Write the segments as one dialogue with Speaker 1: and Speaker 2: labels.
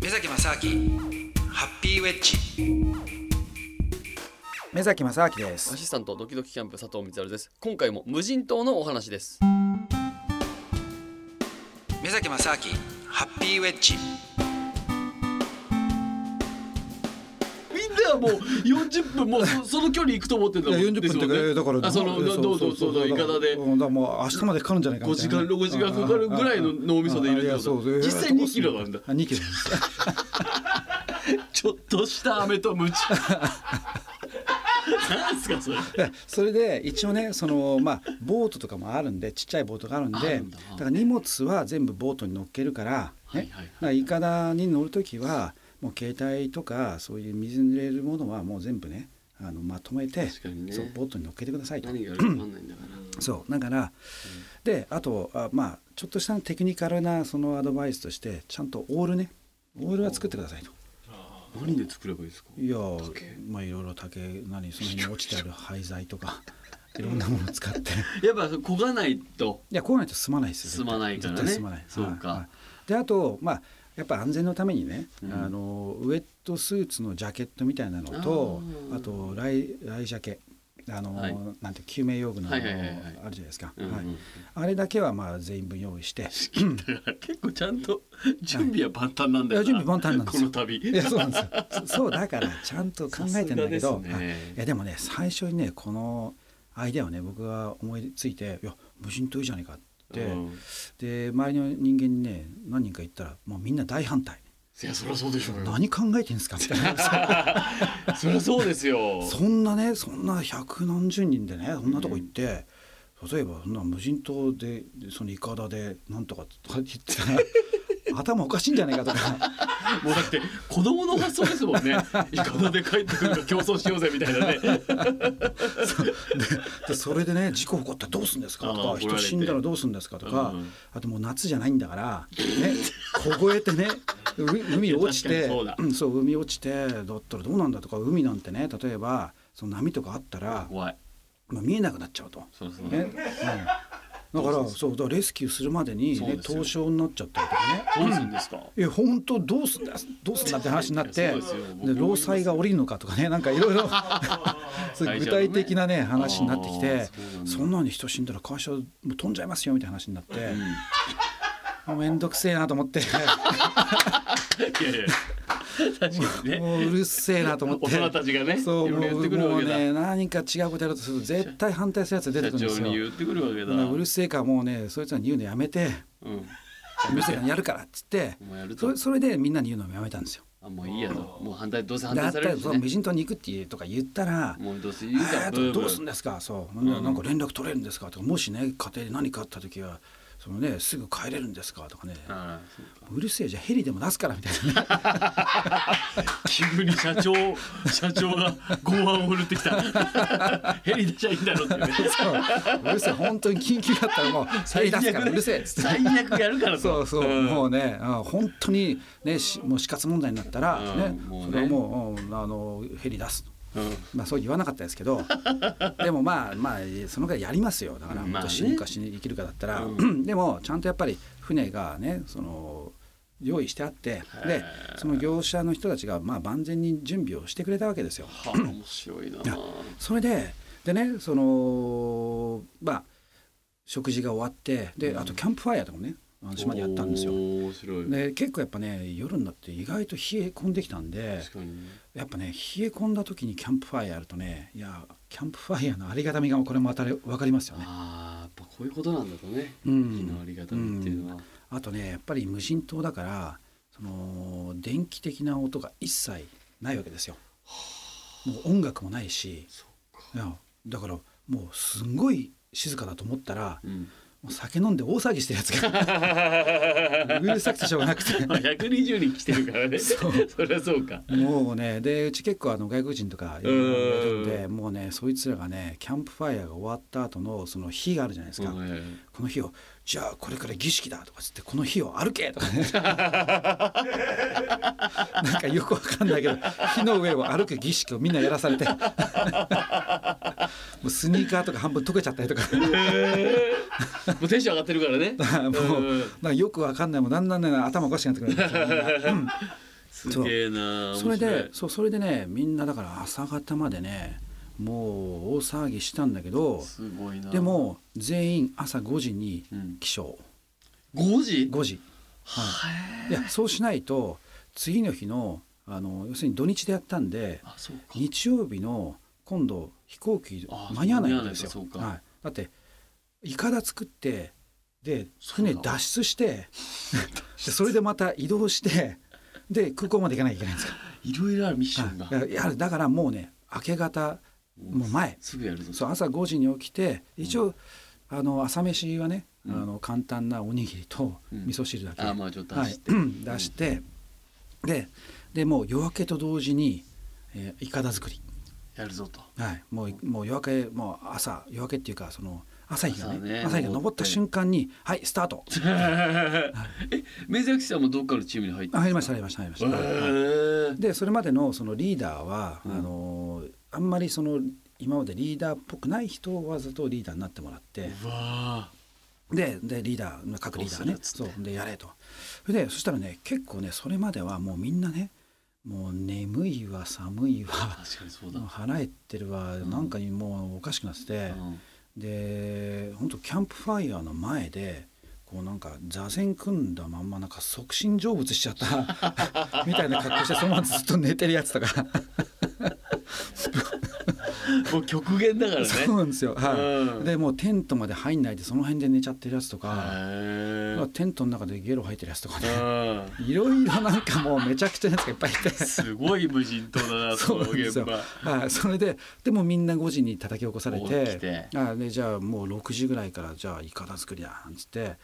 Speaker 1: 目崎正明ハッピーウェッジ目崎正明です
Speaker 2: アシスタントドキドキキャンプ佐藤光です今回も無人島のお話です
Speaker 1: 目崎正明ハッピーウェッジ
Speaker 2: みんなもう40分もうそその距離行くと思ってんだ
Speaker 3: い
Speaker 2: も
Speaker 3: や
Speaker 2: ん
Speaker 3: 40分って
Speaker 2: ですよね
Speaker 3: だから
Speaker 2: あその
Speaker 3: いや
Speaker 2: どどうぞどうぞいかだで
Speaker 3: うんだからもう明日までかかるんじゃないか
Speaker 2: 5
Speaker 3: みた
Speaker 2: 時
Speaker 3: いな
Speaker 2: 間6時間かかるぐらいの脳みそでいるって
Speaker 3: あああ
Speaker 2: こ
Speaker 3: そうそ
Speaker 2: と
Speaker 3: う
Speaker 2: 実際2キロなんだ
Speaker 3: あ2キロです
Speaker 2: ちょっとした飴とムチなんすかそれ
Speaker 3: でそれで一応ねそのまあボートとかもあるんでちっちゃいボートがあるんで
Speaker 2: あるんだ
Speaker 3: から荷物は全部ボートに乗っけるから
Speaker 2: はいはい
Speaker 3: ね
Speaker 2: はい
Speaker 3: だからいかだに乗る時はもう携帯とかそういう水に濡れるものはもう全部ねあのまとめて
Speaker 2: 確かにね
Speaker 3: そうボートに乗っけてくださいと。
Speaker 2: 何があるか分かんないんだから
Speaker 3: そうだから、であとあまあちょっとしたテクニカルなそのアドバイスとしてちゃんとオールねオールは作ってくださいと。
Speaker 2: 何で作ればいいですか
Speaker 3: いやまあいろいろ竹何その辺に落ちてある廃材とかいろんなものを 使って。
Speaker 2: やっぱ焦がないと
Speaker 3: いやこうないと済まないですよ絶対
Speaker 2: 済まないからね
Speaker 3: 絶対済まない
Speaker 2: そうか
Speaker 3: はいはいであとまあやっぱ安全のためにね、
Speaker 2: うん
Speaker 3: あのウエットスーツのジャケットみたいなのと
Speaker 2: あー
Speaker 3: あとライライジャケあの、
Speaker 2: はい
Speaker 3: なんて救命用具のあのあ
Speaker 2: はいはいはいはい
Speaker 3: るじゃないですか、
Speaker 2: うんうん
Speaker 3: はいあれだけはまあ全員分用意して
Speaker 2: だから結構ちゃんと準備は万端なん
Speaker 3: い
Speaker 2: だよ
Speaker 3: や準備万端なんですよ
Speaker 2: この旅
Speaker 3: いやそうなんですよそそうだからちゃんと考えてんだけど
Speaker 2: さすがですね
Speaker 3: はいいやでもね最初にねこのアイデアをね僕が思いついていや無人島いいじゃないかって、
Speaker 2: うん
Speaker 3: で周りの人間にね何人か言ったらもうみんな大反対
Speaker 2: いやそりゃそうでしょうよ
Speaker 3: 何考えてんですかみたいな
Speaker 2: そりゃそうで すよ
Speaker 3: そんなねそんな百何十人でねそんなとこ行って、例えばそんな無人島ででそのイカダでなんとかとか言ってたら 頭おかしいんじゃないかとか
Speaker 2: もうだって子供の発想ですもんねいかだで帰ってくるか競争しようぜみたいなね
Speaker 3: でそれでね事故起こったらどうするんですか
Speaker 2: ああ
Speaker 3: と
Speaker 2: 怒ら
Speaker 3: か
Speaker 2: れて
Speaker 3: 人死んだらどうするんですかとか、
Speaker 2: うん
Speaker 3: あともう夏じゃないんだから、 ね、凍えてねう海落ち
Speaker 2: 確かに
Speaker 3: て
Speaker 2: そうだ
Speaker 3: んそう海落ちてだったらどうなんだとか海なんてね例えばその波とかあったら
Speaker 2: 怖い
Speaker 3: まあ、見えなくなっちゃうと。
Speaker 2: そうそう
Speaker 3: ね、うん、だからそうだからレスキューするまでに、
Speaker 2: そう
Speaker 3: ね
Speaker 2: で、すよ
Speaker 3: 凍傷になっちゃったりとかね。
Speaker 2: どうするんですか
Speaker 3: え本当どうすんだどうすんだって話になっ
Speaker 2: いや
Speaker 3: て
Speaker 2: そ
Speaker 3: で
Speaker 2: うですよ僕も
Speaker 3: 労災が降りるのかとかねなんかいろ いろそう
Speaker 2: 大
Speaker 3: 具
Speaker 2: 丈夫ね
Speaker 3: 体的なね話になってきて
Speaker 2: あー
Speaker 3: そんなのに人死んだら会社もう飛んじゃいますよみたいな話になって、もうめんどくせえなと 思って
Speaker 2: いやいや確かにね
Speaker 3: もううるせえなと思って
Speaker 2: 大人たちがね
Speaker 3: そう
Speaker 2: い
Speaker 3: も
Speaker 2: ろいろやって
Speaker 3: う
Speaker 2: くる
Speaker 3: も
Speaker 2: わ
Speaker 3: う
Speaker 2: けだ
Speaker 3: ね何か違うことやるとすると絶対反対するやつが出て
Speaker 2: 社
Speaker 3: くるんで
Speaker 2: 長
Speaker 3: すよ。
Speaker 2: に言ってくるわけだ
Speaker 3: だからうるせえからもうねそいつらに言うのやめて
Speaker 2: うん
Speaker 3: うるせえからやるからっつって
Speaker 2: もうやる
Speaker 3: そ
Speaker 2: と
Speaker 3: れそれでみんなに言うのをやめたんですよ。
Speaker 2: あもういいやともう反対どうせ反
Speaker 3: だ
Speaker 2: 対
Speaker 3: った
Speaker 2: され
Speaker 3: ら
Speaker 2: るし
Speaker 3: その無
Speaker 2: ね
Speaker 3: 人島に行くっていうとか言ったら
Speaker 2: もうどうせ
Speaker 3: 「
Speaker 2: 言う
Speaker 3: え
Speaker 2: か
Speaker 3: ー
Speaker 2: ブーブ
Speaker 3: どうすん
Speaker 2: ー
Speaker 3: ですかそうなんか連絡取れるんですか?」とか「もしね家庭で何かあった時はその、ね、すぐ帰れるんですか?」とかね
Speaker 2: ああそう
Speaker 3: 「うるせえじゃあヘリでも出すから」みたいなね
Speaker 2: 急に社長社長が剛腕を振るってきたヘリ出ちゃいいんだろうってね
Speaker 3: そううるせえ本当に緊急だったら もうヘリ出すからうるせえっつって。
Speaker 2: 最悪やるからと
Speaker 3: そうそう、
Speaker 2: ん
Speaker 3: もうね、あ本当にね、しもう死活問題になったら、
Speaker 2: うん
Speaker 3: ね
Speaker 2: もうね
Speaker 3: それはもう、うんあのヘリ出すと。
Speaker 2: うん
Speaker 3: まあそう言わなかったですけ どでもまあまあそのぐらいやりますよだから
Speaker 2: まあね
Speaker 3: 本当死ぬか死ぬ生きるかだったら、
Speaker 2: う
Speaker 3: でもちゃんとやっぱり船がねその用意してあってで
Speaker 2: ー
Speaker 3: その業者の人たちがまあ万全に準備をしてくれたわけですよ。
Speaker 2: はあ面白いなあ
Speaker 3: それででねそのまあ食事が終わってであとキャンプファイヤーとかもねあの島でやったんですよ。
Speaker 2: 面白い
Speaker 3: で結構やっぱね夜になって意外と冷え込んできたんで
Speaker 2: 確かにね
Speaker 3: やっぱね冷え込んだ時にキャンプファイヤーやるとねいやキャンプファイヤーのありがたみがこれも当たり分かりますよね。
Speaker 2: ああやっぱこういうことなんだとね
Speaker 3: う
Speaker 2: 火のあ
Speaker 3: ん、
Speaker 2: りがたみっていうのは
Speaker 3: あとねやっぱり無人島だからその電気的な音が一切ないわけですよ。もう音楽もないしいやだからもうすんごい静かだと思ったら
Speaker 2: うん
Speaker 3: もう酒飲んで大騒ぎしてるやつがうるさくてしょうがなくて。
Speaker 2: まあ120人来てるからね
Speaker 3: そう
Speaker 2: そりゃそうか
Speaker 3: もうねでうち結構あの外国人とかいろいろやるんでもうねそいつらがねキャンプファイヤーが終わった後のその火があるじゃないですか、
Speaker 2: うん
Speaker 3: この火をじゃあこれから儀式だとかつってこの日を歩けと か、ね、なんかよくわかんないけど火の上を歩く儀式をみんなやらさ れてもうスニーカーとか半分溶けちゃったりとか
Speaker 2: へーもうテンション上がってるからね
Speaker 3: もう
Speaker 2: うん
Speaker 3: なんかよくわかんないもうだんだんだんだん頭おかしくなってくるんですよみんなうん
Speaker 2: すげえな
Speaker 3: それ
Speaker 2: 面白
Speaker 3: で
Speaker 2: い
Speaker 3: そうそれでねみんなだから朝方までねもう大騒ぎしたんだけど
Speaker 2: すごいな
Speaker 3: でも全員朝5時に
Speaker 2: うん
Speaker 3: 起床、
Speaker 2: 5時
Speaker 3: 5時
Speaker 2: はい
Speaker 3: やそうしないと次の日のあの要するに土日でやったんで
Speaker 2: あそうか
Speaker 3: 日曜日の今度飛行機
Speaker 2: あ
Speaker 3: 間に合わないんです
Speaker 2: 間
Speaker 3: よ
Speaker 2: に合。わない
Speaker 3: はい、だっていかだ作ってで
Speaker 2: そうだ
Speaker 3: 船脱出して でそれでまた移動してで空港まで行かなきゃいけないんですよ
Speaker 2: いろいろあるミッションが
Speaker 3: はいいやだからもうね明け方もう前
Speaker 2: すぐやるぞ
Speaker 3: そう朝5時に起きて一応、あの朝飯はね、
Speaker 2: うん
Speaker 3: あの簡単なおにぎりと
Speaker 2: うん
Speaker 3: 味噌汁だけ、
Speaker 2: あまあちょっと
Speaker 3: は
Speaker 2: 走
Speaker 3: い
Speaker 2: って、
Speaker 3: うん出して、ででもう夜明けと同時に、えー、いかだ作り、
Speaker 2: やるぞと
Speaker 3: はい、もうもう夜明けもう朝夜明けっていうかその朝日がね
Speaker 2: 朝
Speaker 3: 朝日
Speaker 2: ね
Speaker 3: が
Speaker 2: 昇って
Speaker 3: 昇った瞬間に「はいスタート
Speaker 2: え目崎さんもどっかのチームに入っ」た
Speaker 3: あ入りました入りました入りました。はい
Speaker 2: へえ
Speaker 3: でそれまでのそのリーダーは、
Speaker 2: うん
Speaker 3: あのーあんまりその今までリーダーっぽくない人をわざとリーダーになってもらって、
Speaker 2: うわ
Speaker 3: ででリーダー各リーダーね
Speaker 2: こうするっつって
Speaker 3: そうでやれとそれでそしたらね結構ねそれまではもうみんなねもう眠いわ寒い
Speaker 2: ー
Speaker 3: わ
Speaker 2: 確かにそうだ、
Speaker 3: もう腹減ってるわ、
Speaker 2: ん
Speaker 3: なんかもうおかしくなってて、
Speaker 2: うん
Speaker 3: で本当キャンプファイヤーの前でこうなんか座禅組んだまんまなんか即身成仏しちゃったみたい な格好してそのままずっと寝てるやつとか、
Speaker 2: もう極限だからね
Speaker 3: そうなんですよ、はい
Speaker 2: うん
Speaker 3: でもうテントまで入んないでその辺で寝ちゃってるやつとか、
Speaker 2: へー
Speaker 3: テントの中でゲロ吐いてるやつとかね
Speaker 2: うん
Speaker 3: いろいろなんかもうめちゃくちゃなやつがいっぱいい て
Speaker 2: すごい無人島だ な
Speaker 3: そ
Speaker 2: そうの
Speaker 3: なんで
Speaker 2: 現
Speaker 3: すよ
Speaker 2: 場。
Speaker 3: はい、それででもみんな5時に叩き起こされ
Speaker 2: 起き
Speaker 3: て
Speaker 2: て
Speaker 3: あでじゃあもう6時ぐらいからじゃあいかだ作りだなんつって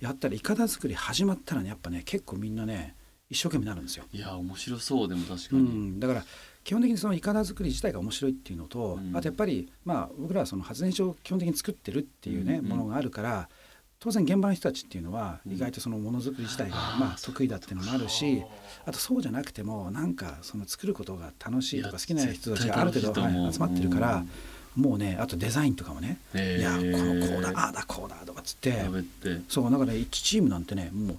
Speaker 3: やったらいかだ作り始まったらねやっぱね結構みんなね一生懸命になるんですよ。
Speaker 2: いや面白そうでも確
Speaker 3: う
Speaker 2: かに、
Speaker 3: ん、だから基本的にそのいかだ作り自体が面白いっていうのと、
Speaker 2: うん
Speaker 3: あとやっぱり、まあ、僕らはその発電所を基本的に作ってるっていうね、
Speaker 2: うんうん
Speaker 3: ものがあるから当然現場の人たちっていうのは
Speaker 2: うん
Speaker 3: 意外とそのものづくり自体が
Speaker 2: あー
Speaker 3: まあ得意だっていうのもあるし
Speaker 2: そうか
Speaker 3: あとそうじゃなくてもなんかその作ることが楽しいと
Speaker 2: い
Speaker 3: か
Speaker 2: や
Speaker 3: 好きな人たちがある程
Speaker 2: 絶
Speaker 3: 度、
Speaker 2: 対楽しいと思う
Speaker 3: はい集まってるから、もうねあとデザインとかもね、
Speaker 2: へー
Speaker 3: いやこのこうだああだこうだとかっつって
Speaker 2: 食べて
Speaker 3: そうなんかね1チームなんてねもう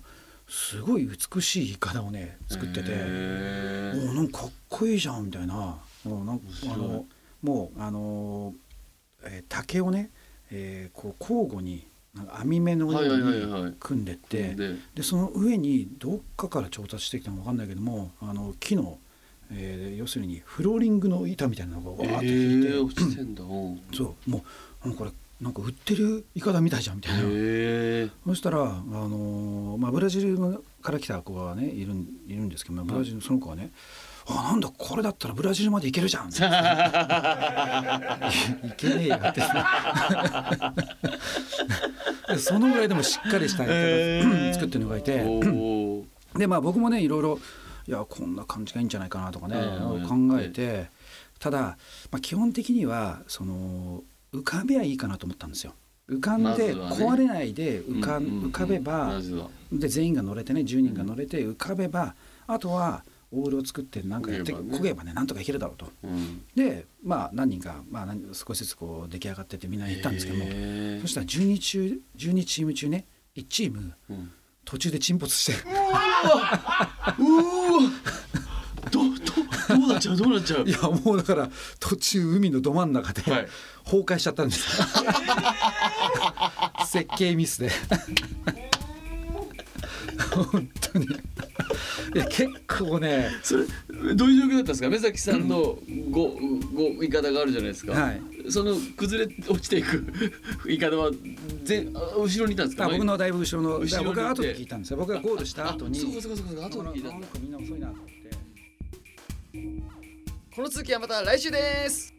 Speaker 3: すごい美しいイカダをね作ってて。
Speaker 2: へー
Speaker 3: おなんかかっこいいじゃんみたいなもうなんか
Speaker 2: 白い
Speaker 3: あのもうあの、えー竹をね、えーこう交互になんか網目の
Speaker 2: はいはいはい
Speaker 3: よう
Speaker 2: は
Speaker 3: に
Speaker 2: い
Speaker 3: 組んでって、で
Speaker 2: で
Speaker 3: その上にどっかから調達してきたのか分かんないけどもあの木の、えー要するにフローリングの板みたいなのがわ
Speaker 2: え
Speaker 3: ーって引いて、
Speaker 2: ー、落ちてんだうんへ
Speaker 3: そうもうなんかこれなんか売ってるイカだみたいじゃんみたいな。
Speaker 2: え
Speaker 3: そしたら、あのーまあ、ブラジルから来た子がねいるんいるんですけど、まあブラジルその子はね「あなんだこれだったらブラジルまで行けるじ ゃん」行けねえよ」 ってそのぐらいでもしっかりしたい
Speaker 2: へー
Speaker 3: 作ってるのがいて
Speaker 2: おー
Speaker 3: でまあ僕もねいろいろいやこんな感じがいいんじゃないかなとかね、
Speaker 2: うん
Speaker 3: 考えてただ、まあ、基本的にはその浮かべはいいかなと思ったんですよ。浮かん
Speaker 2: まず
Speaker 3: で
Speaker 2: はね
Speaker 3: 壊れないで浮か,、
Speaker 2: うんうんうん
Speaker 3: 浮かべば、
Speaker 2: まずは
Speaker 3: で全員が乗れてね10人が乗れて浮かべば、あとはオールを作ってなんかやって
Speaker 2: 焦げばね
Speaker 3: 焦げばねなんとかいけるだろうと。
Speaker 2: うん
Speaker 3: でまあ何人か、まあ、何少しずつこう出来上がってってみんな行ったんですけども、
Speaker 2: へー
Speaker 3: そしたら12中12チーム中ね1チーム
Speaker 2: うん
Speaker 3: 途中で沈没して
Speaker 2: うーわどどどうなっちゃうどうなっちゃう
Speaker 3: いやもうだから途中海のど真ん中で、
Speaker 2: はい
Speaker 3: 崩壊しちゃったんです 設計ミスで本当にいや結構ね
Speaker 2: それどういう状況だったんですか目崎さんのごごイカダがあるじゃないですか、
Speaker 3: はい
Speaker 2: その崩れ落ちていく イカダは全あ後ろにいたんですか
Speaker 3: あ僕のだいぶ後ろの
Speaker 2: 後ろに
Speaker 3: 僕が後で
Speaker 2: いて
Speaker 3: 聞いたんですよ僕がゴールした後に
Speaker 2: そうかそうかそうか後
Speaker 3: あ
Speaker 2: に聞いた
Speaker 3: な
Speaker 2: んだ
Speaker 3: んかみんな遅いなと思って。
Speaker 4: この続きはまた来週です